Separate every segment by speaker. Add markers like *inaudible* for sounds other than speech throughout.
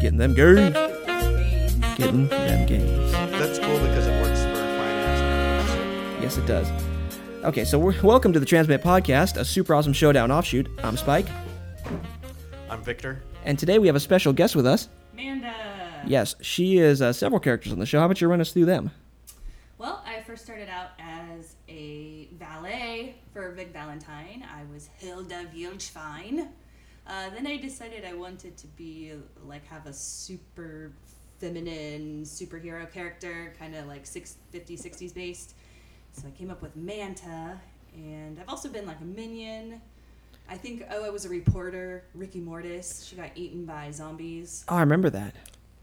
Speaker 1: Getting them games. Getting them games.
Speaker 2: That's cool because it works for finance.
Speaker 1: Yes, it does. Okay, so we're, welcome to the Transmit Podcast, a super awesome showdown offshoot. I'm Spike,
Speaker 2: I'm Victor.
Speaker 1: and today we have a special guest with us.
Speaker 3: Amanda.
Speaker 1: Yes, she is uh, several characters on the show. How about you run us through them?
Speaker 3: Well, I first started out as a valet for Vic Valentine. I was Hilda Wildschwein. Uh, then I decided I wanted to be like have a super feminine superhero character, kind of like 650, 60s based. So I came up with Manta, and I've also been like a minion. I think, oh, I was a reporter, Ricky Mortis. She got eaten by zombies.
Speaker 1: Oh, I remember that.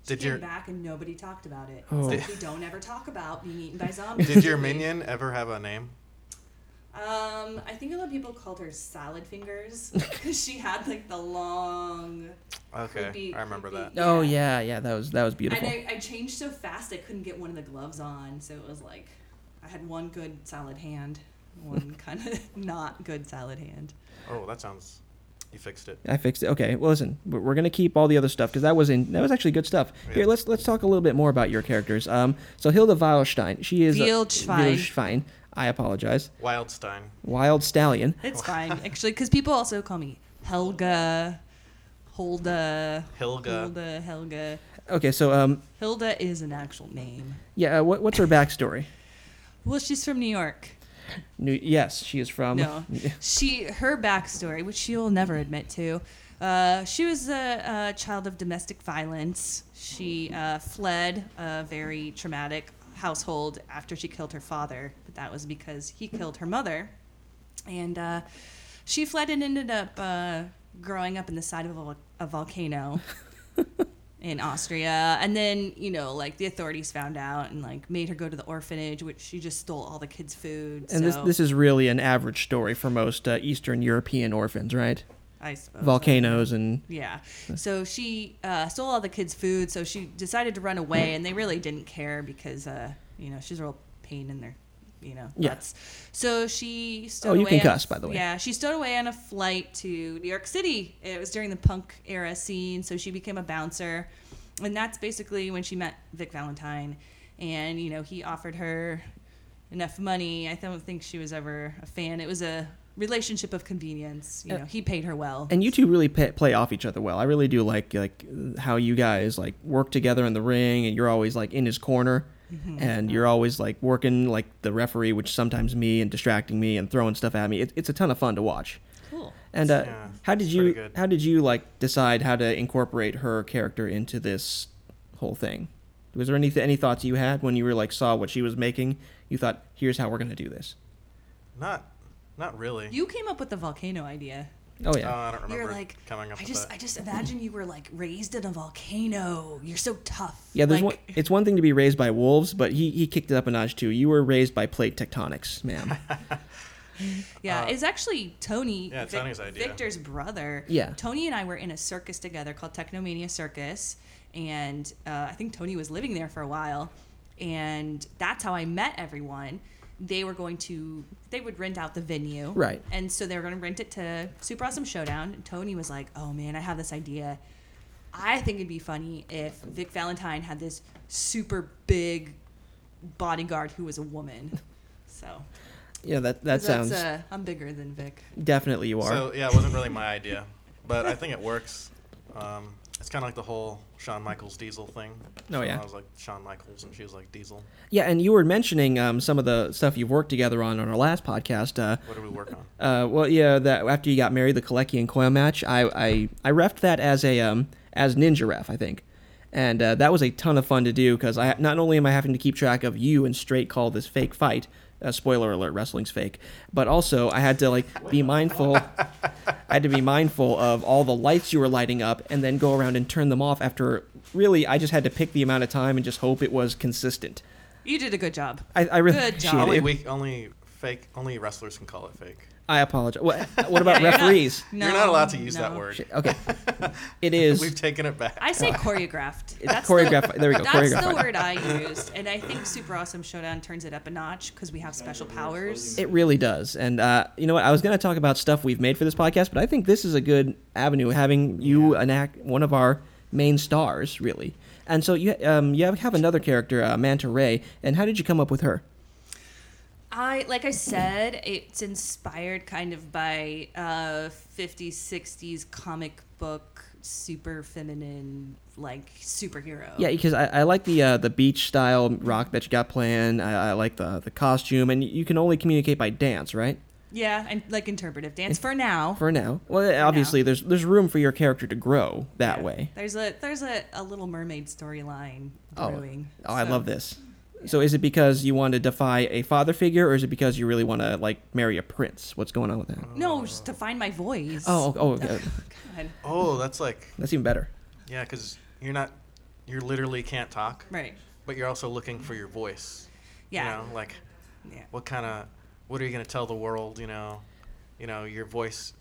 Speaker 2: Did
Speaker 3: came
Speaker 2: your
Speaker 3: back and nobody talked about it.
Speaker 1: Oh.
Speaker 3: It's like we don't ever talk about being eaten
Speaker 2: *laughs*
Speaker 3: by zombies.
Speaker 2: *laughs* did your
Speaker 3: we?
Speaker 2: minion ever have a name?
Speaker 3: Um, I think a lot of people called her Salad
Speaker 2: *laughs*
Speaker 3: Fingers *laughs* because she had like the long.
Speaker 2: Okay,
Speaker 3: Creepy,
Speaker 2: I remember
Speaker 3: creepy.
Speaker 2: that.
Speaker 1: Oh yeah, yeah, that was that was beautiful.
Speaker 3: And I, I changed so fast I couldn't get one of the gloves on, so it was like I had one good salad hand,
Speaker 2: *laughs*
Speaker 3: one kind of not good salad hand.
Speaker 2: Oh, that sounds. You fixed it.
Speaker 1: I fixed it. Okay. Well, listen, we're we're gonna keep all the other stuff because that was in that was actually good stuff. Here,
Speaker 2: Yeah.
Speaker 1: let's let's talk a little bit more about your characters. Um, so Hilda Weilstein, she is a-
Speaker 3: Wildschwein.
Speaker 1: Wildschwein. I apologize.
Speaker 2: Wildstein.
Speaker 1: Wild stallion.
Speaker 3: It's
Speaker 2: *laughs*
Speaker 3: fine actually, because people also call me Helga, Holda,
Speaker 2: Hilga.
Speaker 3: Hilda, Helga.
Speaker 1: Okay, so um,
Speaker 3: Hilda is an actual name.
Speaker 1: yeah, uh, what, what's her backstory?
Speaker 3: Well, she's from New York.
Speaker 1: New, yes, she is from. *laughs*
Speaker 3: No, she her backstory, which she'll never admit to. Uh, she was a, a child of domestic violence. She uh, fled a very traumatic household after she killed her father, but that was because he killed her mother. And uh, she fled and ended up uh, growing up in the side of a, vol- a
Speaker 1: *laughs*
Speaker 3: volcano in Austria. And then, you know, like the authorities found out and like made her go to the orphanage, which she just stole all the kids' food.
Speaker 1: And this
Speaker 3: so-
Speaker 1: this is really an average story for most uh, Eastern European orphans, right?
Speaker 3: I suppose.
Speaker 1: Volcanoes and
Speaker 3: Yeah. So she uh, stole all the kids' food. So she decided to run away, and they really didn't care because, uh, you know, she's a real pain in their, you know,
Speaker 1: Yeah.
Speaker 3: nuts. So she stole
Speaker 1: Oh, you
Speaker 3: away
Speaker 1: can
Speaker 3: on a-
Speaker 1: cuss, by the way.
Speaker 3: Yeah, she stowed away on a flight to New York City. It was during the punk era scene, so she became a bouncer. And that's basically when she met Vic Valentine. And, you know, he offered her enough money. I don't think she was ever a fan. It was a relationship of convenience. You know, he paid her well.
Speaker 1: and you two really pa play off each other well. I really do like like how you guys like work together in the ring, and you're always like in his corner,
Speaker 3: Mm-hmm.
Speaker 1: and you're always like working like the referee, which sometimes me and distracting me and throwing stuff at me. It, it's a ton of fun to watch.
Speaker 3: cool.
Speaker 1: And uh,
Speaker 2: Yeah,
Speaker 1: how did
Speaker 2: it's
Speaker 1: you
Speaker 2: pretty good.
Speaker 1: how did you like decide how to incorporate her character into this whole thing? Was there any any thoughts you had when you were like saw what she was making? You thought, here's how we're gonna do this.
Speaker 2: Not, not really.
Speaker 3: You came up with the volcano idea.
Speaker 1: Oh
Speaker 2: Oh,
Speaker 1: yeah.
Speaker 2: I don't remember
Speaker 3: You're like
Speaker 2: coming up
Speaker 3: I
Speaker 2: with
Speaker 3: just
Speaker 2: that.
Speaker 3: I just imagine you were like raised in a volcano. You're so tough.
Speaker 1: Yeah, there's
Speaker 3: like,
Speaker 1: one, it's one thing to be raised by wolves, but he, he kicked it up a notch too. You were raised by plate tectonics,
Speaker 2: *laughs*
Speaker 1: ma'am.
Speaker 3: Yeah, it's actually Tony.
Speaker 2: Uh, yeah, Tony's idea.
Speaker 3: Victor's brother.
Speaker 1: Yeah.
Speaker 3: Tony and I were in a circus together called Technomania Circus, and uh, I think Tony was living there for a while, and that's how I met everyone. They were going to they would rent out the venue.
Speaker 1: Right.
Speaker 3: And so they were going to rent it to Super Awesome Showdown. And Tony was like, "Oh man, I have this idea. I think it'd be funny if Vic Valentine had this super big bodyguard who was a
Speaker 1: *laughs*
Speaker 3: woman." So
Speaker 1: yeah, that that sounds
Speaker 3: That's, uh, I'm bigger than Vic.
Speaker 1: definitely you are.
Speaker 2: So yeah, it wasn't really my idea, but I think it works. Um, it's kind of like the whole Shawn Michaels Diesel thing.
Speaker 1: Oh,
Speaker 2: So
Speaker 1: yeah.
Speaker 2: I was like Shawn Michaels, and she was like Diesel.
Speaker 1: yeah, and you were mentioning um, some of the stuff you've worked together on on our last podcast. Uh,
Speaker 2: What do we work on?
Speaker 1: uh, well, yeah, that after you got married, the Kalecki and Coil match, I I I refed that as a um as ninja ref, I think. And uh, that was a ton of fun to do because I not only am I having to keep track of you and straight call this fake fight, uh, spoiler alert, wrestling's fake, but also I had to like be mindful. I had to be mindful of all the lights you were lighting up and then go around and turn them off after really I just had to pick the amount of time and just hope it was consistent.
Speaker 3: You did a good job.
Speaker 1: I, I really
Speaker 3: Good job.
Speaker 1: appreciate
Speaker 2: Only
Speaker 1: it.
Speaker 2: we only fake only wrestlers can call it fake.
Speaker 1: I apologize. What, what about referees?
Speaker 2: You're not allowed to use that
Speaker 3: no.
Speaker 2: word.
Speaker 1: Okay. It is
Speaker 2: We've taken it back.
Speaker 3: I say choreographed.
Speaker 1: It's
Speaker 3: That's
Speaker 1: choreograph. there we go.
Speaker 3: The, that's
Speaker 1: Choreograph.
Speaker 3: the word I used, and I think Super Awesome Showdown turns it up a notch because we have special powers.
Speaker 1: It really does. And uh, you know what? I was going to talk about stuff we've made for this podcast, but I think this is a good avenue having you enact one of our main stars, really. And so you um, you have another character, uh, Manta Ray, and how did you come up with her?
Speaker 3: I like I said, it's inspired kind of by uh 50s 60s comic book super feminine like superhero.
Speaker 1: Yeah, because I, I like the uh, the beach style rock that you got playing. I, I like the the costume, and you can only communicate by dance, right?
Speaker 3: Yeah, and like interpretive dance for now.
Speaker 1: For now, well, obviously
Speaker 3: now.
Speaker 1: there's there's room for your character to grow that
Speaker 3: Yeah.
Speaker 1: way.
Speaker 3: There's a there's a, a little mermaid storyline
Speaker 1: Oh,
Speaker 3: brewing.
Speaker 1: oh, I
Speaker 3: so-
Speaker 1: love this. So is it because you want to defy a father figure, or is it because you really want to like marry a prince? What's going on with that?
Speaker 3: No, just to find my voice. *laughs*
Speaker 1: Oh, oh, okay.
Speaker 3: God.
Speaker 2: Oh, that's like
Speaker 1: that's even better.
Speaker 2: yeah, because you're not, you literally can't talk,
Speaker 3: Right.
Speaker 2: but you're also looking for your voice.
Speaker 3: Yeah.
Speaker 2: You know, like
Speaker 3: Yeah.
Speaker 2: what kind of, what are you gonna tell the world? You know, you know your voice,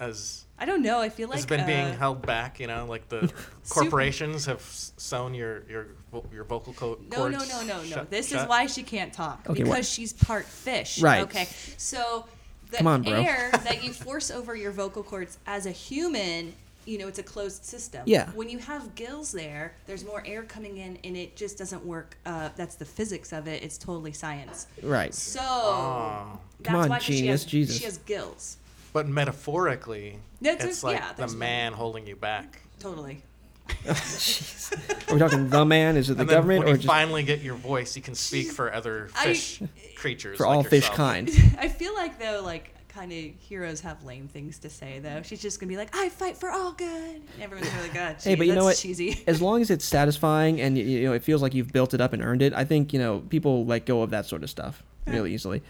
Speaker 2: as
Speaker 3: I don't know. I feel like
Speaker 2: has been being
Speaker 3: uh,
Speaker 2: held back. You know,
Speaker 3: *laughs*
Speaker 2: like the corporations have s- sewn your your vo- your vocal co-
Speaker 3: No,
Speaker 2: cords.
Speaker 3: no, no, no, no.
Speaker 2: shut-
Speaker 3: this is
Speaker 2: shut.
Speaker 3: why she can't talk
Speaker 1: Okay,
Speaker 3: because
Speaker 1: why-
Speaker 3: she's part fish.
Speaker 1: Right.
Speaker 3: Okay. So the
Speaker 1: Come on, bro. *laughs*
Speaker 3: air that you force over your vocal cords as a human, you know, it's a closed system.
Speaker 1: Yeah.
Speaker 3: When you have gills there, there's more air coming in, and it just doesn't work. Uh, that's the physics of it. It's totally science.
Speaker 1: Right.
Speaker 3: So
Speaker 2: Oh.
Speaker 3: that's
Speaker 1: Come on,
Speaker 3: why 'cause she
Speaker 1: genius,
Speaker 3: has,
Speaker 1: Jesus.
Speaker 3: She has gills.
Speaker 2: But metaphorically,
Speaker 3: That's
Speaker 2: it's
Speaker 3: just-
Speaker 2: like
Speaker 3: yeah,
Speaker 2: the
Speaker 3: there's-
Speaker 2: man holding you back.
Speaker 1: *laughs*
Speaker 3: Totally.
Speaker 1: Oh, Are
Speaker 3: *laughs*
Speaker 1: we talking the man? Is it the
Speaker 2: and
Speaker 1: government
Speaker 2: then when
Speaker 1: or
Speaker 2: you
Speaker 1: just
Speaker 2: finally get your voice, you can speak for other
Speaker 3: I- *laughs*
Speaker 2: fish creatures.
Speaker 1: for
Speaker 2: like
Speaker 1: all fish
Speaker 2: yourself.
Speaker 1: kind?
Speaker 3: I feel like though, like kind of heroes have lame things to say
Speaker 1: Mm-hmm.
Speaker 3: though. She's just gonna be like, "I fight for all good." Everyone's really good.
Speaker 1: *laughs* Hey, but you know what?
Speaker 3: "Ah, Cheesy. *laughs*
Speaker 1: As long as it's satisfying and y- you know it feels like you've built it up and earned it, I think you know people let go of that sort of stuff really easily.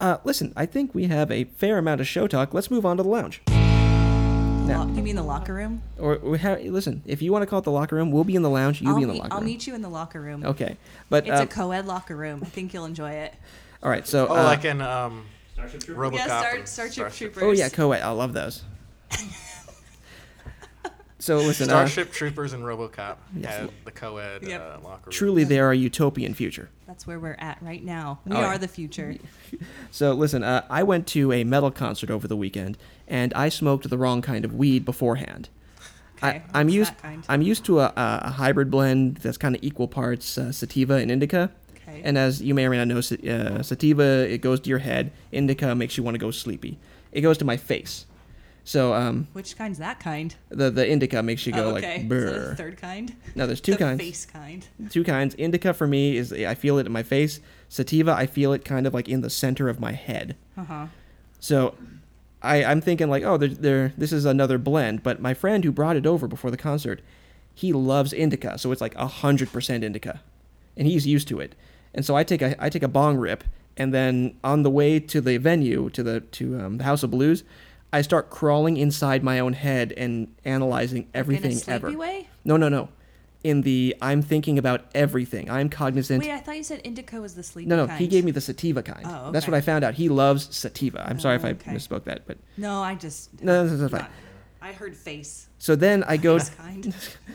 Speaker 1: Uh, listen, I think we have a fair amount of show talk. Let's move on to the lounge. No.
Speaker 3: Lo- you mean the locker room?
Speaker 1: Or we ha- listen, if you want to call it the locker room, we'll be in the lounge. You
Speaker 3: I'll
Speaker 1: be in the
Speaker 3: meet,
Speaker 1: locker
Speaker 3: I'll
Speaker 1: room.
Speaker 3: meet you in the locker room.
Speaker 1: Okay, but
Speaker 3: It's
Speaker 1: uh,
Speaker 3: a co-ed locker room. I think you'll enjoy it.
Speaker 1: all right. So
Speaker 2: Oh,
Speaker 1: uh,
Speaker 2: like in um,
Speaker 4: Starship Troopers?
Speaker 2: RoboCop.
Speaker 3: Yeah, start
Speaker 2: and
Speaker 3: Starship Troopers.
Speaker 1: Oh yeah, co-ed. I
Speaker 3: *laughs*
Speaker 1: love those. so listen, uh,
Speaker 2: Starship Troopers and RoboCop had the co-ed
Speaker 3: Yep.
Speaker 2: uh, locker room.
Speaker 1: truly they are a utopian future.
Speaker 3: That's where we're at right now. We
Speaker 1: All right.
Speaker 3: are the future.
Speaker 1: So listen, uh, I went to a metal concert over the weekend, and I smoked the wrong kind of weed beforehand.
Speaker 3: Okay,
Speaker 1: I, I'm
Speaker 3: what's
Speaker 1: used.
Speaker 3: that kind?
Speaker 1: I'm used to a, a a hybrid blend that's kind of equal parts uh, sativa and indica.
Speaker 3: Okay.
Speaker 1: And uh, as you may or may not know, sa- uh, sativa it goes to your head. Indica makes you want to go sleepy. It goes to my face. So um,
Speaker 3: Which kind's that kind?
Speaker 1: the the indica makes you go
Speaker 3: oh, okay.
Speaker 1: like
Speaker 3: Is that the
Speaker 1: brr.
Speaker 3: third kind.
Speaker 1: No, there's two
Speaker 3: the
Speaker 1: kinds.
Speaker 3: Face kind.
Speaker 1: Two kinds. Indica for me is I feel it in my face. Sativa I feel it kind of like in the center of my head.
Speaker 3: Uh huh.
Speaker 1: So I, I'm thinking like, oh, there, there, this is another blend. But my friend who brought it over before the concert, he loves indica, so it's like hundred percent indica, and he's used to it. And so I take a I take a bong rip, and then on the way to the venue to the to um, the House of Blues, I start crawling inside my own head and analyzing everything
Speaker 3: in a sleepy
Speaker 1: ever.
Speaker 3: way.
Speaker 1: No, no, no. In the I'm thinking about everything. I'm cognizant.
Speaker 3: Wait, I thought you said indica was the sleepy
Speaker 1: no, no.
Speaker 3: kind.
Speaker 1: He gave me the sativa kind.
Speaker 3: Oh,
Speaker 1: That's what
Speaker 3: okay.
Speaker 1: I found out. He loves sativa. I'm sorry if I
Speaker 3: okay.
Speaker 1: misspoke that, but
Speaker 3: No, I just.
Speaker 1: No, that's- that's fine.
Speaker 3: Not- I heard face.
Speaker 1: So then
Speaker 3: *laughs*
Speaker 1: I go. *laughs*
Speaker 3: Face kind.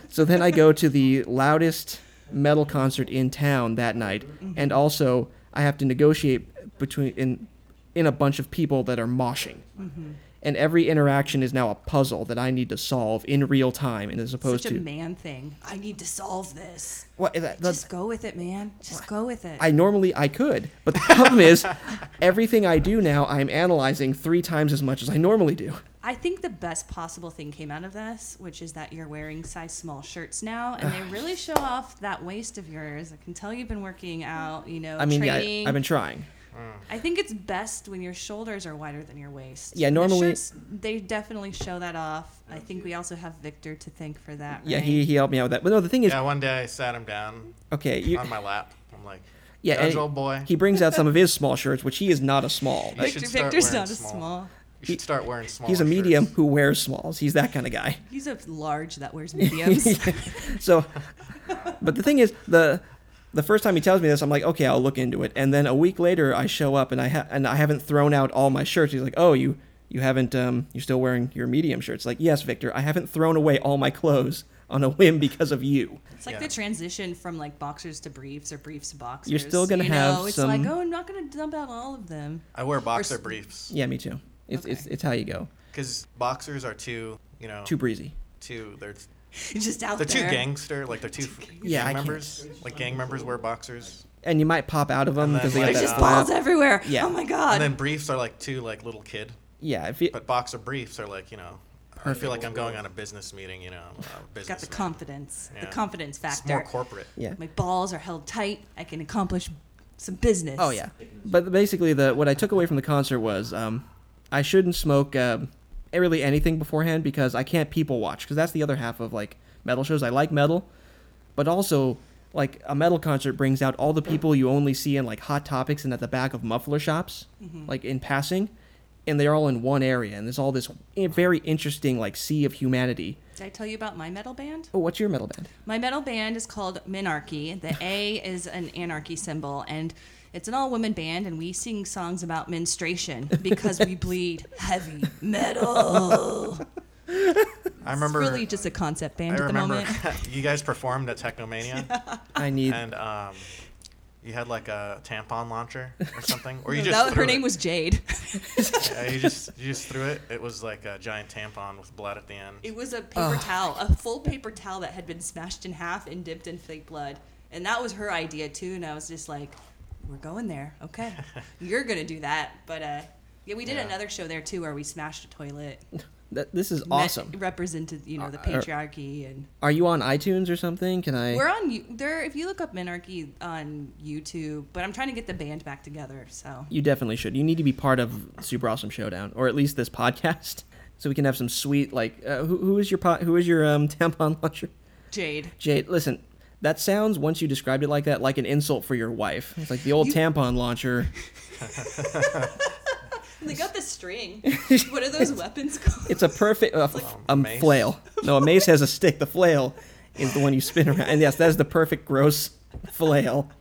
Speaker 1: so then I go to the loudest metal concert in town that night,
Speaker 3: Mm-hmm.
Speaker 1: and also I have to negotiate between in in a bunch of people that are moshing,
Speaker 3: Mm-hmm.
Speaker 1: and every interaction is now a puzzle that I need to solve in real time, and as opposed
Speaker 3: Such a
Speaker 1: to
Speaker 3: man thing. I need to solve this.
Speaker 1: what is that,
Speaker 3: Just go with it, man. Just go with it.
Speaker 1: I normally I could, but the problem
Speaker 2: *laughs*
Speaker 1: is everything I do now I'm analyzing three times as much as I normally do.
Speaker 3: I think the best possible thing came out of this, which is that you're wearing size small shirts now, and they really show off that waist of yours. I can tell you've been working out, you know,
Speaker 1: I mean,
Speaker 3: training.
Speaker 1: yeah, I've been trying.
Speaker 3: I think it's best when your shoulders are wider than your waist.
Speaker 1: Yeah,
Speaker 3: And the
Speaker 1: normally-
Speaker 3: shirts, they definitely show that off. I think we also have Victor to thank for that.
Speaker 1: Yeah,
Speaker 3: right?
Speaker 1: he, he helped me out with that. But no, the thing is,
Speaker 2: Yeah, one day I sat him down
Speaker 1: okay, you,
Speaker 2: on my lap. I'm like,
Speaker 1: Yeah,
Speaker 2: Judge,
Speaker 1: and
Speaker 2: old boy.
Speaker 1: He brings out some of his
Speaker 2: *laughs*
Speaker 1: small shirts, which he is not a small.
Speaker 2: You should
Speaker 3: Victor,
Speaker 2: start
Speaker 3: Victor's
Speaker 2: wearing
Speaker 3: not
Speaker 2: small.
Speaker 3: a small.
Speaker 2: you should start wearing small.
Speaker 1: He's a medium who wears smalls. He's that kind of guy.
Speaker 3: He's a large that
Speaker 1: *laughs*
Speaker 3: wears mediums.
Speaker 1: So, but the thing is, the the first time he tells me this, I'm like, okay, I'll look into it. And then a week later, I show up and I ha- and I haven't thrown out all my shirts. He's like, oh, you you haven't um you're still wearing your medium shirts. Like, yes, Victor, I haven't thrown away all my clothes on a *laughs* whim because of you.
Speaker 3: It's like
Speaker 2: Yeah.
Speaker 3: the transition from like boxers to briefs or briefs to boxers.
Speaker 1: You're still gonna
Speaker 3: you
Speaker 1: have
Speaker 3: know? It's
Speaker 1: some-
Speaker 3: like, oh, I'm not gonna dump out all of them. *laughs*
Speaker 2: I wear boxer
Speaker 3: s-
Speaker 2: briefs
Speaker 1: Yeah, me too. It's
Speaker 3: Okay.
Speaker 1: it's, it's how you go.
Speaker 2: because boxers are too, you know,
Speaker 1: Too breezy.
Speaker 2: too. They're
Speaker 3: It's just out
Speaker 2: They're too
Speaker 3: there.
Speaker 2: gangster, like they're too f-
Speaker 1: Yeah, I
Speaker 2: gang
Speaker 1: can't-
Speaker 2: members. Like gang members wear boxers,
Speaker 1: and you might pop out of them
Speaker 2: And
Speaker 1: because they
Speaker 2: then,
Speaker 1: got
Speaker 2: like,
Speaker 3: There's
Speaker 1: that
Speaker 3: just
Speaker 2: uh,
Speaker 1: flap.
Speaker 3: balls everywhere.
Speaker 1: Yeah.
Speaker 3: Oh my
Speaker 2: and
Speaker 3: god.
Speaker 2: then briefs are like too like little kid.
Speaker 1: Yeah, if you,
Speaker 2: But boxer briefs are like you know, I feel like I'm going on a business meeting. You know, I'm a business.
Speaker 3: got the confidence. The
Speaker 2: Yeah.
Speaker 3: confidence
Speaker 2: It's
Speaker 3: factor.
Speaker 2: more corporate.
Speaker 1: yeah.
Speaker 3: my balls are held tight. I can accomplish some business.
Speaker 1: Oh yeah, but basically the what I took away from the concert was um, I shouldn't smoke uh, really anything beforehand because I can't people watch because that's the other half of like metal shows. I like metal, but also like a metal concert brings out all the people you only see in like hot topics and at the back of muffler shops, like in passing, and they're all in one area and there's all this i- very interesting like sea of humanity.
Speaker 3: Did I tell you about my metal band?
Speaker 1: Oh, what's your metal band?
Speaker 3: My metal band is called Minarchy. The A is an anarchy symbol, and it's an all women band, and we sing songs about menstruation because we bleed heavy metal.
Speaker 2: I remember.
Speaker 3: it's really just a concept
Speaker 2: I
Speaker 3: band at the
Speaker 2: remember
Speaker 3: moment.
Speaker 2: you guys performed
Speaker 3: *laughs*
Speaker 2: at Technomania,
Speaker 1: I need.
Speaker 2: and um, you had like a tampon launcher or something, or *laughs* you
Speaker 3: No,
Speaker 2: just
Speaker 3: *laughs* that- her
Speaker 2: threw
Speaker 3: name
Speaker 2: it.
Speaker 3: was Jade. *laughs*
Speaker 2: Yeah, you just you just threw it. It was like a giant tampon with blood at the end.
Speaker 3: It was a paper towel, a full paper towel that had been smashed in half and dipped in fake blood. And that was her idea too. And I was just like, we're going there. Okay.
Speaker 2: *laughs*
Speaker 3: You're going to do that. But uh, yeah, we did
Speaker 2: Yeah.
Speaker 3: another show there too where we smashed a toilet.
Speaker 1: Th- this is
Speaker 3: Met-
Speaker 1: awesome.
Speaker 3: represented, you know, the
Speaker 1: Uh, er-
Speaker 3: patriarchy. And
Speaker 1: Are you on iTunes or something? Can I?
Speaker 3: we're on, you- there, if you look up Minarchy on YouTube, but I'm trying to get the band back together. So
Speaker 1: You definitely should. You need to be part of Super Awesome Showdown, or at least this podcast, *laughs* so we can have some sweet like. Uh, who, who is your pot? Who is your um, *laughs* tampon launcher?
Speaker 3: Jade.
Speaker 1: Jade, listen. That sounds once you described it like that, like an insult for your wife. It's like the old
Speaker 3: You-
Speaker 1: tampon launcher.
Speaker 3: *laughs* They got the string. what are *laughs* those weapons called?
Speaker 1: It's a perfect uh, f-
Speaker 2: a
Speaker 1: um,
Speaker 2: mace?
Speaker 1: flail. No, a mace has a stick. The flail is the one you spin around. And yes, that is the perfect gross flail.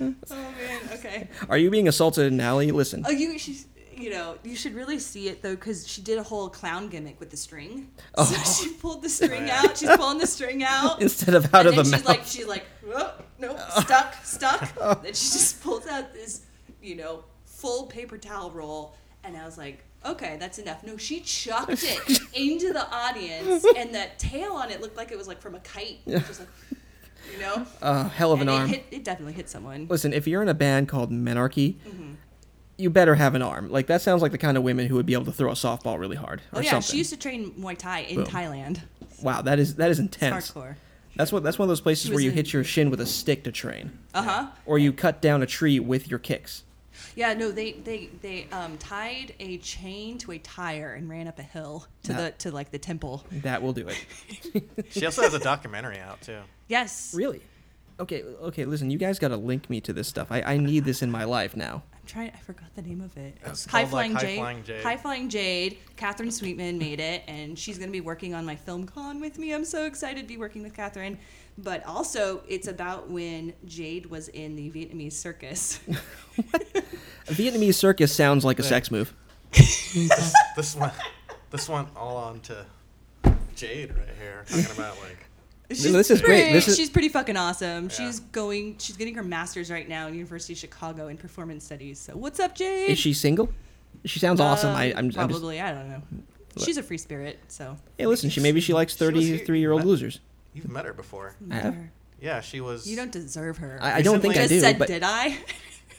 Speaker 3: oh, man. Okay.
Speaker 1: Are you being assaulted in an alley? Listen.
Speaker 3: Oh, you she's you know you should really see it though because she did a whole clown gimmick with the string. *laughs*
Speaker 1: Oh.
Speaker 3: So she pulled the string
Speaker 2: yeah.
Speaker 3: out. She's pulling the string
Speaker 1: *laughs*
Speaker 3: out.
Speaker 1: Instead of out
Speaker 3: and
Speaker 1: of
Speaker 3: then
Speaker 1: the
Speaker 3: she's
Speaker 1: mouth.
Speaker 3: like she's like oh,
Speaker 1: *laughs*
Speaker 3: nope stuck stuck. Then she just pulls out this you know full paper towel roll and I was like. Okay, that's enough. No, she chucked
Speaker 1: *laughs*
Speaker 3: it into the audience, and the tail on it looked like it was like from a kite. Just like, you know,
Speaker 1: uh, hell of
Speaker 3: and
Speaker 1: an
Speaker 3: it,
Speaker 1: arm.
Speaker 3: Hit, it definitely hit someone.
Speaker 1: listen, if you're in a band called Menarche,
Speaker 3: Mm-hmm.
Speaker 1: you better have an arm. Like that sounds like the kind of women who would be able to throw a softball really hard or
Speaker 3: Oh yeah,
Speaker 1: something.
Speaker 3: she used to train Muay Thai in
Speaker 1: Boom.
Speaker 3: Thailand.
Speaker 1: wow, that is that is intense.
Speaker 3: Hardcore.
Speaker 1: That's what that's one of those places
Speaker 3: She
Speaker 1: where
Speaker 3: was
Speaker 1: you
Speaker 3: a-
Speaker 1: hit your shin with a stick to train,
Speaker 3: Uh huh.
Speaker 1: or you cut down a tree with your kicks.
Speaker 3: Yeah, no, they they they um, tied a chain to a tire and ran up a hill to
Speaker 1: Now-
Speaker 3: the to like the temple.
Speaker 1: That will do it.
Speaker 3: *laughs*
Speaker 2: She also has a documentary out too.
Speaker 3: Yes,
Speaker 1: really? Okay, okay. Listen, you guys got to link me to this stuff. I, I need this in my life now.
Speaker 3: I'm trying. I forgot the name of it.
Speaker 2: It's
Speaker 3: High
Speaker 2: called, like,
Speaker 3: flying
Speaker 2: High
Speaker 3: Jade.
Speaker 2: Flying Jade.
Speaker 3: High flying Jade. Catherine Sweetman made it, and she's gonna be working on my film con with me. I'm so excited to be working with Catherine. But also, it's about when Jade was in the Vietnamese circus.
Speaker 1: A Vietnamese circus sounds like a sex move.
Speaker 2: This, this one, this one, all on to Jade right here talking about like.
Speaker 3: She's
Speaker 1: this is great.
Speaker 3: pretty-
Speaker 1: This is-
Speaker 3: she's pretty fucking awesome. She's
Speaker 2: Yeah.
Speaker 3: going. She's getting her master's right now in University of Chicago in performance studies. So what's up, Jade?
Speaker 1: Is she single? She sounds awesome. I,
Speaker 3: Um,
Speaker 1: I'm, I'm just.
Speaker 3: probably. I don't know. She's a free spirit, so
Speaker 1: Hey, listen. She maybe she likes
Speaker 2: She was here.
Speaker 1: 33 year old
Speaker 2: What?
Speaker 1: losers.
Speaker 2: You've met her before.
Speaker 1: I have.
Speaker 2: Yeah, she was.
Speaker 3: you don't deserve her.
Speaker 1: I, I don't think I
Speaker 3: just
Speaker 1: do.
Speaker 3: said,
Speaker 1: but
Speaker 3: did I? *laughs*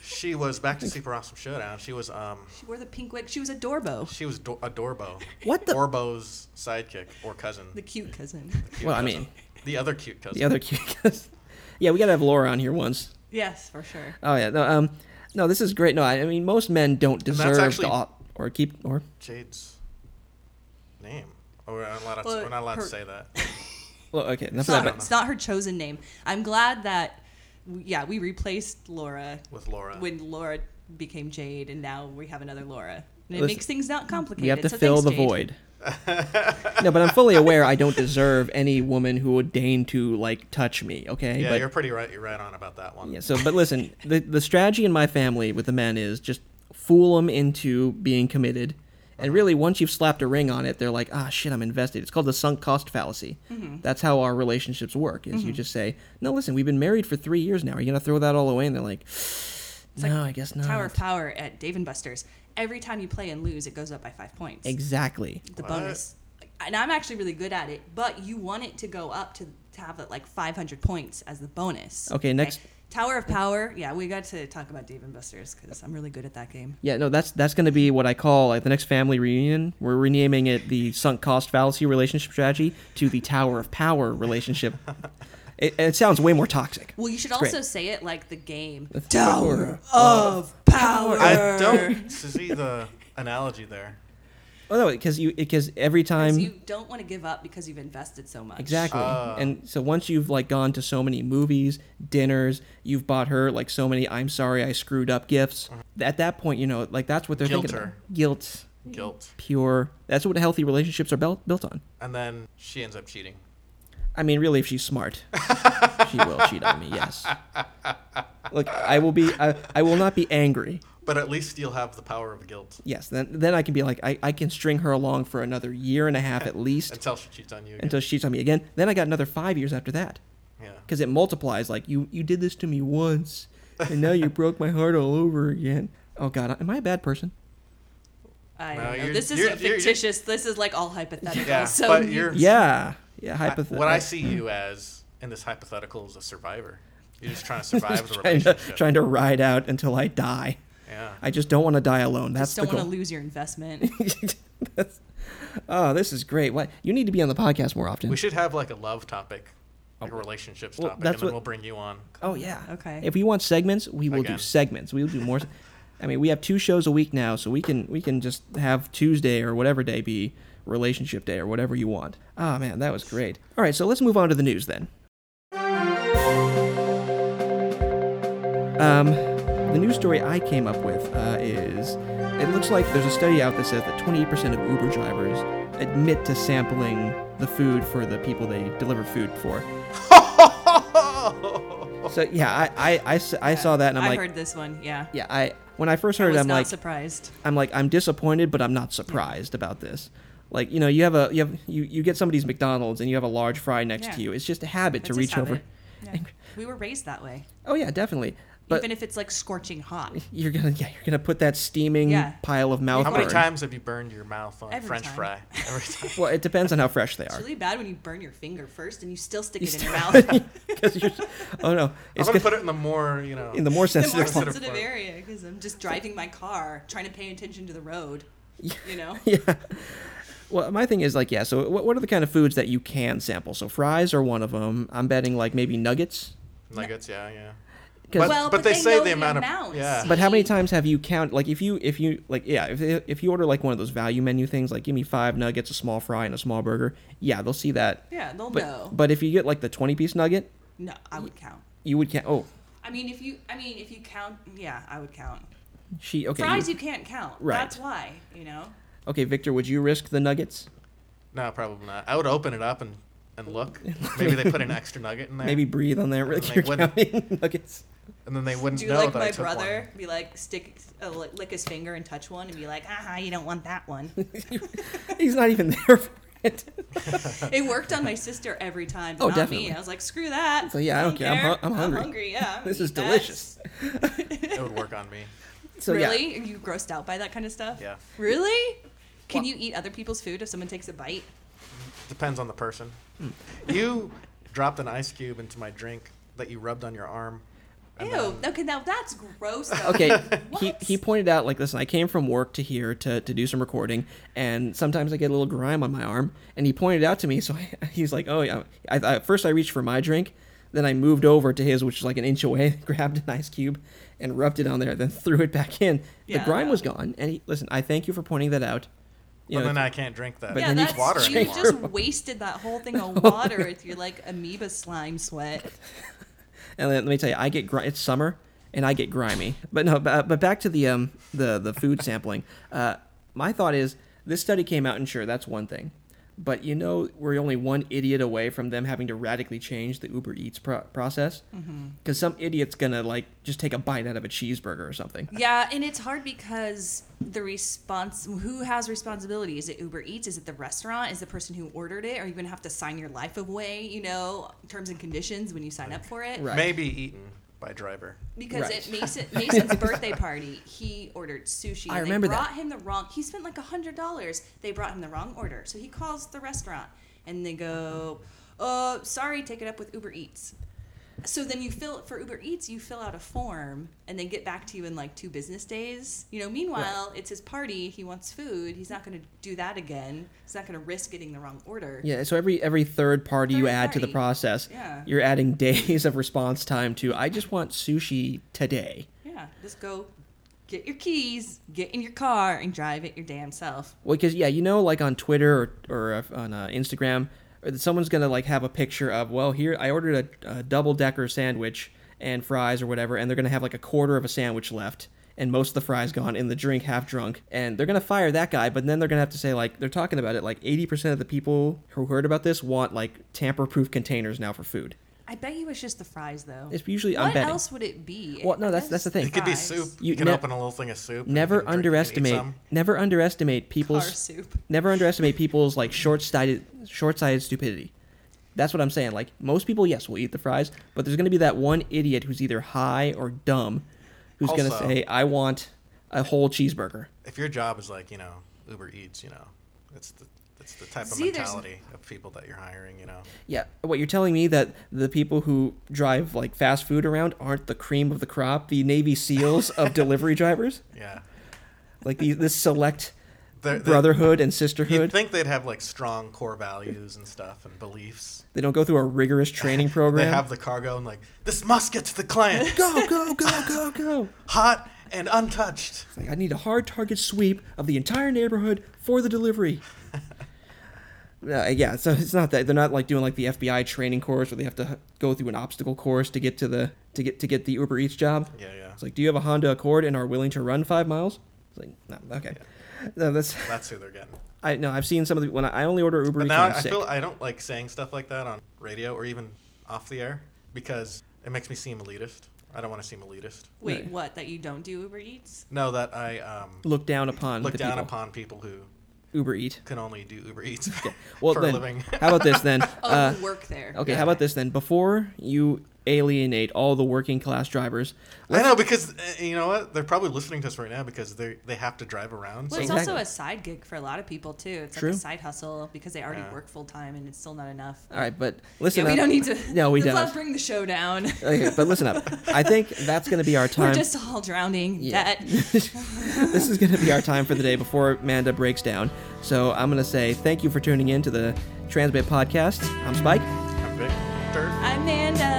Speaker 2: She was back to Super Awesome Showdown. She was um.
Speaker 3: she wore the pink wig. She was a Dorbo,
Speaker 2: She was do- a Dorbo.
Speaker 1: What the-
Speaker 2: Dorbo's sidekick or cousin.
Speaker 3: the cute cousin.
Speaker 2: Cute
Speaker 1: Well, I
Speaker 2: cousin.
Speaker 1: mean-
Speaker 2: the other cute cousin.
Speaker 1: The other *laughs* cute guys. Yeah, we gotta have Laura on here once.
Speaker 3: yes, for sure.
Speaker 1: Oh yeah, no, um, no, this is great. No, I, I mean most men don't
Speaker 2: that's
Speaker 1: deserve
Speaker 2: actually-
Speaker 1: to op- or keep or
Speaker 2: Jade's name. Oh, we're not allowed. To,
Speaker 3: Well,
Speaker 2: we're not allowed
Speaker 3: her-
Speaker 2: to say that.
Speaker 1: well, okay, enough
Speaker 3: It's
Speaker 1: of
Speaker 3: not,
Speaker 1: that.
Speaker 2: know.
Speaker 3: it's not her chosen name. I'm glad that, yeah, we replaced Laura
Speaker 2: with Laura.
Speaker 3: when Laura became Jade, and now we have another Laura. And it
Speaker 1: Listen,
Speaker 3: makes things not complicated.
Speaker 1: We have to
Speaker 3: so
Speaker 1: fill
Speaker 3: thanks,
Speaker 1: the
Speaker 3: Jade.
Speaker 1: void.
Speaker 2: *laughs*
Speaker 1: no, but I'm fully aware I don't deserve any woman who would deign to like touch me. Okay,
Speaker 2: yeah,
Speaker 1: but
Speaker 2: you're pretty right. You're right on about that one.
Speaker 1: yeah. So, but listen, the the strategy in my family with the men is just fool them into being committed. And really, once you've slapped a ring on it, they're like, "Ah, shit, I'm invested." It's called the sunk cost fallacy. That's how our relationships work. Is you just say, "No, listen, we've been married for three years now. Are you gonna throw that all away?" And they're like, "No, I guess not."
Speaker 3: Tower of Power at Dave and Buster's. Every time you play and lose, it goes up by five points.
Speaker 1: Exactly.
Speaker 3: the
Speaker 2: What?
Speaker 3: bonus. and I'm actually really good at it, but you want it to go up to, to have it like 500 points as the bonus.
Speaker 1: Okay, next-
Speaker 3: Tower of Power. Yeah, we got to talk about Dave and Buster's because I'm really good at that game.
Speaker 1: Yeah, no, that's that's going to be what I call like the next family reunion. We're renaming it the sunk cost fallacy relationship strategy to the Tower of Power relationship. it, it sounds way more toxic.
Speaker 3: Well, you should
Speaker 1: It's great.
Speaker 3: also say it like the game Tower of Power.
Speaker 2: I don't see the analogy there.
Speaker 1: Oh no, because you because every time
Speaker 3: you don't want to give up because you've invested so much.
Speaker 1: Exactly.
Speaker 2: Uh.
Speaker 1: and so once you've like gone to so many movies, dinners, you've bought her like so many I'm sorry I screwed up gifts. At that point, you know, like that's what they're
Speaker 2: Uh-huh. Guilt
Speaker 1: thinking.
Speaker 2: her.
Speaker 1: About. Guilt,
Speaker 2: Guilt.
Speaker 1: pure. That's what healthy relationships are built built on.
Speaker 2: And then she ends up cheating.
Speaker 1: I mean, really, if she's
Speaker 2: *laughs*
Speaker 1: smart, she will cheat on me. Yes. Look, I will be. I, I will not be angry.
Speaker 2: But at least you'll have the power of guilt
Speaker 1: Yes. Then then I can be like I, I can string her along for another year and a half at least
Speaker 2: until she cheats on you. Again.
Speaker 1: until she cheats on me again. Then I got another five years after that.
Speaker 2: Yeah.
Speaker 1: because it multiplies. Like you, you did this to me once, and now
Speaker 2: *laughs*
Speaker 1: you broke my heart all over again. Oh God, am I a bad person?
Speaker 3: I
Speaker 2: No,
Speaker 3: don't know.
Speaker 2: you're-
Speaker 3: This
Speaker 2: you're-
Speaker 3: isn't
Speaker 2: you're- you're-
Speaker 3: fictitious. This is like all hypothetical. *laughs*
Speaker 2: Yeah,
Speaker 3: so
Speaker 2: but
Speaker 3: you-
Speaker 2: you're-
Speaker 1: Yeah, yeah.
Speaker 2: I-
Speaker 1: Hypothetical.
Speaker 2: what I see you as in this hypothetical is a survivor. You're
Speaker 1: *laughs*
Speaker 2: just trying to survive the
Speaker 1: trying to,
Speaker 2: relationship.
Speaker 1: trying to ride out until I die.
Speaker 2: yeah.
Speaker 1: I just don't want to die alone. That's
Speaker 3: just don't
Speaker 1: the
Speaker 3: want
Speaker 1: goal.
Speaker 3: to lose your investment.
Speaker 1: *laughs* That's- oh, this is great. What you need to be on the podcast more often.
Speaker 2: We should have like a love topic, like a relationships
Speaker 1: Oh, Well,
Speaker 2: topic,
Speaker 1: that's
Speaker 2: and then
Speaker 1: what-
Speaker 2: we'll bring you on.
Speaker 1: oh yeah.
Speaker 3: Okay.
Speaker 1: If we want segments, we will do
Speaker 2: Again.
Speaker 1: segments. We will do more. I mean, we have two shows a week now, so we can we can just have Tuesday or whatever day be relationship day or whatever you want. Oh man, that was great. All right, so let's move on to the news then. Um, the news story I came up with uh, is it looks like there's a study out that says that 28% of Uber drivers admit to sampling the food for the people they deliver food for. so yeah, I, I, I s- I saw that and I'm
Speaker 3: I
Speaker 1: like,
Speaker 3: heard this one. Yeah.
Speaker 1: yeah, I when I first
Speaker 3: I
Speaker 1: heard it,
Speaker 3: was
Speaker 1: I'm
Speaker 3: not
Speaker 1: like,
Speaker 3: surprised.
Speaker 1: I'm like, I'm disappointed, but I'm
Speaker 3: Mm.
Speaker 1: not surprised about this. Like, you know, you have a you have you, you get somebody's McDonald's and you have a large fry next
Speaker 3: Yeah.
Speaker 1: to you. It's just a habit
Speaker 3: It's
Speaker 1: to
Speaker 3: just
Speaker 1: reach over.
Speaker 3: habit. Yeah. We were raised that way.
Speaker 1: Oh yeah, definitely. But
Speaker 3: Even if it's like scorching hot.
Speaker 1: you're gonna yeah, you're gonna put that steaming
Speaker 3: Yeah.
Speaker 1: pile of mouth
Speaker 2: How many
Speaker 1: burn.
Speaker 2: times have you burned your mouth on
Speaker 3: Every
Speaker 2: French
Speaker 3: time. *laughs*
Speaker 2: fry? Every time.
Speaker 1: Well, it depends on how fresh they
Speaker 3: It's
Speaker 1: are.
Speaker 3: really bad when you burn your finger first and you still stick it in your mouth. the
Speaker 1: *laughs* Because you're,
Speaker 3: *laughs*
Speaker 1: oh no,
Speaker 2: I'm
Speaker 1: it's
Speaker 2: gonna
Speaker 1: good,
Speaker 2: put it in the more, you know.
Speaker 1: *laughs* in the more
Speaker 3: more
Speaker 1: sensitive. part.
Speaker 2: sensitive
Speaker 3: sensitive
Speaker 2: part.
Speaker 3: area because I'm just driving my car, trying to pay attention to the road. You
Speaker 1: *laughs*
Speaker 3: know?
Speaker 1: yeah. Well, my thing is like yeah. So what, what are the kind of foods that you can sample? So fries are one of them. I'm betting like maybe nuggets.
Speaker 2: nuggets, yeah, yeah.
Speaker 1: 'Cause-
Speaker 3: Well,
Speaker 2: but they say
Speaker 3: know
Speaker 2: the amount of-
Speaker 3: amounts.
Speaker 2: yeah.
Speaker 1: But how many
Speaker 3: See?
Speaker 1: times have you count like if you if you like yeah if if you order like one of those value menu things like give me five nuggets, a small fry, and a small burger, yeah they'll see that.
Speaker 3: Yeah, they'll
Speaker 1: But
Speaker 3: know.
Speaker 1: but if you get like the twenty piece nugget,
Speaker 3: No, I would count.
Speaker 1: you would count. Oh,
Speaker 3: I mean, if you, I mean, if you count, yeah, I would count.
Speaker 1: she okay.
Speaker 3: Fries
Speaker 1: you-
Speaker 3: you can't count.
Speaker 1: Right.
Speaker 3: That's why, you know.
Speaker 1: okay, Victor, would you risk the nuggets?
Speaker 2: No, probably not. I would open it up and,
Speaker 1: *laughs*
Speaker 2: and look. Maybe they put an extra nugget in there.
Speaker 1: Maybe breathe on there. Like
Speaker 2: Like,
Speaker 1: you're
Speaker 2: wouldn't-
Speaker 1: counting *laughs* nuggets.
Speaker 2: And then they wouldn't
Speaker 3: Do
Speaker 2: know
Speaker 3: like
Speaker 2: that I
Speaker 3: my
Speaker 2: took one.
Speaker 3: brother, be like, stick, uh, li- lick his finger and touch one, and be like, aha, you don't want that
Speaker 1: *laughs*
Speaker 3: one. *laughs*
Speaker 1: He's not even there for it. *laughs*
Speaker 3: it worked on my sister every time. But
Speaker 1: Oh,
Speaker 3: not
Speaker 1: definitely.
Speaker 3: Me. I was like, screw that.
Speaker 1: So, yeah, I don't care. I'm hu- I'm hungry. *laughs*
Speaker 3: Yeah. I'm
Speaker 1: This is
Speaker 3: eating that."
Speaker 1: delicious.
Speaker 2: It would work on me.
Speaker 1: So yeah.
Speaker 3: really? Are you grossed out by that kind of stuff?
Speaker 2: Yeah.
Speaker 3: Really? Can you eat other people's food if someone takes a bite?
Speaker 2: Depends on the person.
Speaker 1: Hmm.
Speaker 2: You dropped an ice cube into my drink that you rubbed on your arm. and
Speaker 3: Ew. Okay, now that's
Speaker 1: *laughs*
Speaker 3: gross. Though.
Speaker 1: okay he,
Speaker 3: *laughs* What?
Speaker 1: he pointed out like listen i came from work to here to, to do some recording and sometimes i get a little grime on my arm and he pointed it out to me so I, *laughs* he's like oh yeah I, I, at first i reached for my drink then i moved over to his which is like an inch away *laughs* grabbed an ice cube and rubbed it on there then *laughs* threw it back in the
Speaker 3: Yeah,
Speaker 1: grime
Speaker 3: no.
Speaker 1: was gone and he, listen i thank you for pointing that out you
Speaker 2: But
Speaker 1: know,
Speaker 2: then I can't drink that.
Speaker 1: But
Speaker 3: yeah,
Speaker 1: then you
Speaker 3: that's,
Speaker 2: water
Speaker 3: you
Speaker 1: *laughs*
Speaker 2: anymore.
Speaker 3: just wasted that whole thing of water with your like amoeba slime sweat.
Speaker 1: and let, let me tell you i get gri- it's summer and i get grimy but no but, but back to the um the the food sampling uh my thought is this study came out and sure that's one thing but you know we're only one idiot away from them having to radically change the uber eats pro- process because
Speaker 3: Mm-hmm.
Speaker 1: some idiot's gonna like just take a bite out of a cheeseburger or something
Speaker 3: *laughs* Yeah, and it's hard because the response who has responsibility? Is it Uber Eats? Is it the restaurant? Is the person who ordered it? Are you gonna have to sign your life away, you know, terms and conditions when you sign up for it?
Speaker 1: Right.
Speaker 2: Maybe eaten. by driver.
Speaker 3: because
Speaker 1: Right. *laughs*
Speaker 3: at Mason, Mason's birthday party, he ordered sushi.
Speaker 1: I
Speaker 3: and
Speaker 1: remember
Speaker 3: they
Speaker 1: that.
Speaker 3: brought him the wrong. He spent like a hundred dollars. They brought him the wrong order, so he calls the restaurant, and they go, "Oh, sorry, take it up with Uber Eats." So then you fill for Uber Eats, you fill out a form, and they get back to you in like two business days. You know, meanwhile, it's his party. He wants food. He's not going to do that again. He's not going to risk getting the wrong order.
Speaker 1: Yeah, so every every third party you
Speaker 3: Third
Speaker 1: add to the
Speaker 3: party.
Speaker 1: process,
Speaker 3: Yeah.
Speaker 1: you're adding *laughs* days of response time to I just want sushi today.
Speaker 3: Yeah, just go get your keys, get in your car, and drive it your damn self.
Speaker 1: Well, because yeah, you know, like on Twitter or, or uh, on uh, Instagram, or that someone's gonna like have a picture of well, here I ordered a, a double decker sandwich and fries or whatever, and they're gonna have like a quarter of a sandwich left and most of the fries gone and the drink half drunk and they're gonna fire that guy but then they're gonna have to say like they're talking about it like 80% of the people who heard about this want like tamper proof containers now for food
Speaker 3: I bet you it's just the fries, though.
Speaker 1: It's usually- I'm
Speaker 3: what
Speaker 1: betting.
Speaker 3: else would it be?
Speaker 1: Well, no, that's- that's the thing.
Speaker 2: It could be
Speaker 3: fries.
Speaker 2: soup.
Speaker 1: You
Speaker 2: You, can
Speaker 1: ne-
Speaker 2: open a little thing of soup. and you can
Speaker 1: never
Speaker 2: drink- you can eat
Speaker 1: underestimate
Speaker 2: some.
Speaker 1: never underestimate people's
Speaker 3: Car soup.
Speaker 1: never underestimate people's like short-sighted short-sighted stupidity that's what i'm saying like most people yes will eat the fries but there's going to be that one idiot who's either high or dumb who's going to
Speaker 2: Also-
Speaker 1: say i want a whole cheeseburger
Speaker 2: If your job is like you know Uber Eats, you know, it's the it's the type
Speaker 3: See,
Speaker 2: of
Speaker 3: there's-
Speaker 2: mentality of people that you're hiring. You know,
Speaker 1: yeah what you're telling me that the people who drive like fast food around aren't the cream of the crop the navy seals
Speaker 2: *laughs*
Speaker 1: of delivery drivers *laughs*
Speaker 2: yeah.
Speaker 1: like the, this select
Speaker 2: They're- they're-
Speaker 1: brotherhood and
Speaker 2: You'd
Speaker 1: sisterhood
Speaker 2: think they'd have like strong core values and stuff and beliefs.
Speaker 1: they don't go through a rigorous training program
Speaker 2: *laughs* They have the cargo and like this must get to the client
Speaker 3: *laughs*
Speaker 1: go go go go go
Speaker 2: hot and untouched.
Speaker 1: Like, I need a hard target sweep of the entire neighborhood for the
Speaker 2: *laughs*
Speaker 1: delivery. Uh, yeah, so it's not that they're not like doing like the FBI training course where they have to h- go through an obstacle course to get to the to get to get the Uber Eats job.
Speaker 2: Yeah, yeah.
Speaker 1: It's like, do you have a Honda Accord and are willing to run five miles? It's like, no, okay, no, that's
Speaker 2: That's who they're getting.
Speaker 1: I no, I've seen some of the when I, I only order Uber
Speaker 2: But
Speaker 1: Eats
Speaker 2: now
Speaker 1: when I'm
Speaker 2: I
Speaker 1: sick.
Speaker 2: feel I don't like saying stuff like that on radio or even off the air because it makes me seem elitist. I don't want to seem elitist.
Speaker 3: Wait,
Speaker 1: Right.
Speaker 3: what? That you don't do Uber Eats?
Speaker 2: No, that I um,
Speaker 1: Look down upon
Speaker 2: look
Speaker 1: the
Speaker 2: down
Speaker 1: people.
Speaker 2: upon people who
Speaker 1: Uber Eat.
Speaker 2: can only do Uber Eats
Speaker 1: Well
Speaker 2: *laughs* for
Speaker 1: then,
Speaker 2: a living.
Speaker 1: *laughs* how about this
Speaker 2: *laughs*
Speaker 1: then?
Speaker 3: Oh,
Speaker 1: Uh,
Speaker 3: you work there.
Speaker 1: okay, how about this then? Before you alienate all the working class drivers,
Speaker 2: I know because uh, you know what they're probably listening to us right now because they they have to drive around.
Speaker 3: Well,
Speaker 2: So
Speaker 3: it's
Speaker 1: Exactly.
Speaker 3: also a side gig for a lot of people too. It's
Speaker 1: True.
Speaker 3: like a side hustle because they already
Speaker 2: Yeah.
Speaker 3: work full time and it's still not enough.
Speaker 1: all right, but Uh, listen.
Speaker 3: Yeah, we
Speaker 1: up.
Speaker 3: don't need to.
Speaker 1: *laughs* No, we
Speaker 3: let's not
Speaker 1: don't.
Speaker 3: bring *laughs* the show down.
Speaker 1: *laughs* Okay, but listen up. I think that's going to be our
Speaker 3: *laughs*
Speaker 1: time.
Speaker 3: We're just all drowning.
Speaker 1: Um, Yeah.
Speaker 3: That
Speaker 1: *laughs* this is going to be our time for the day before Amanda breaks down. So I'm going to say thank you for tuning in to the Transmit Podcast. I'm Spike,
Speaker 2: I'm Victor.
Speaker 3: Amanda.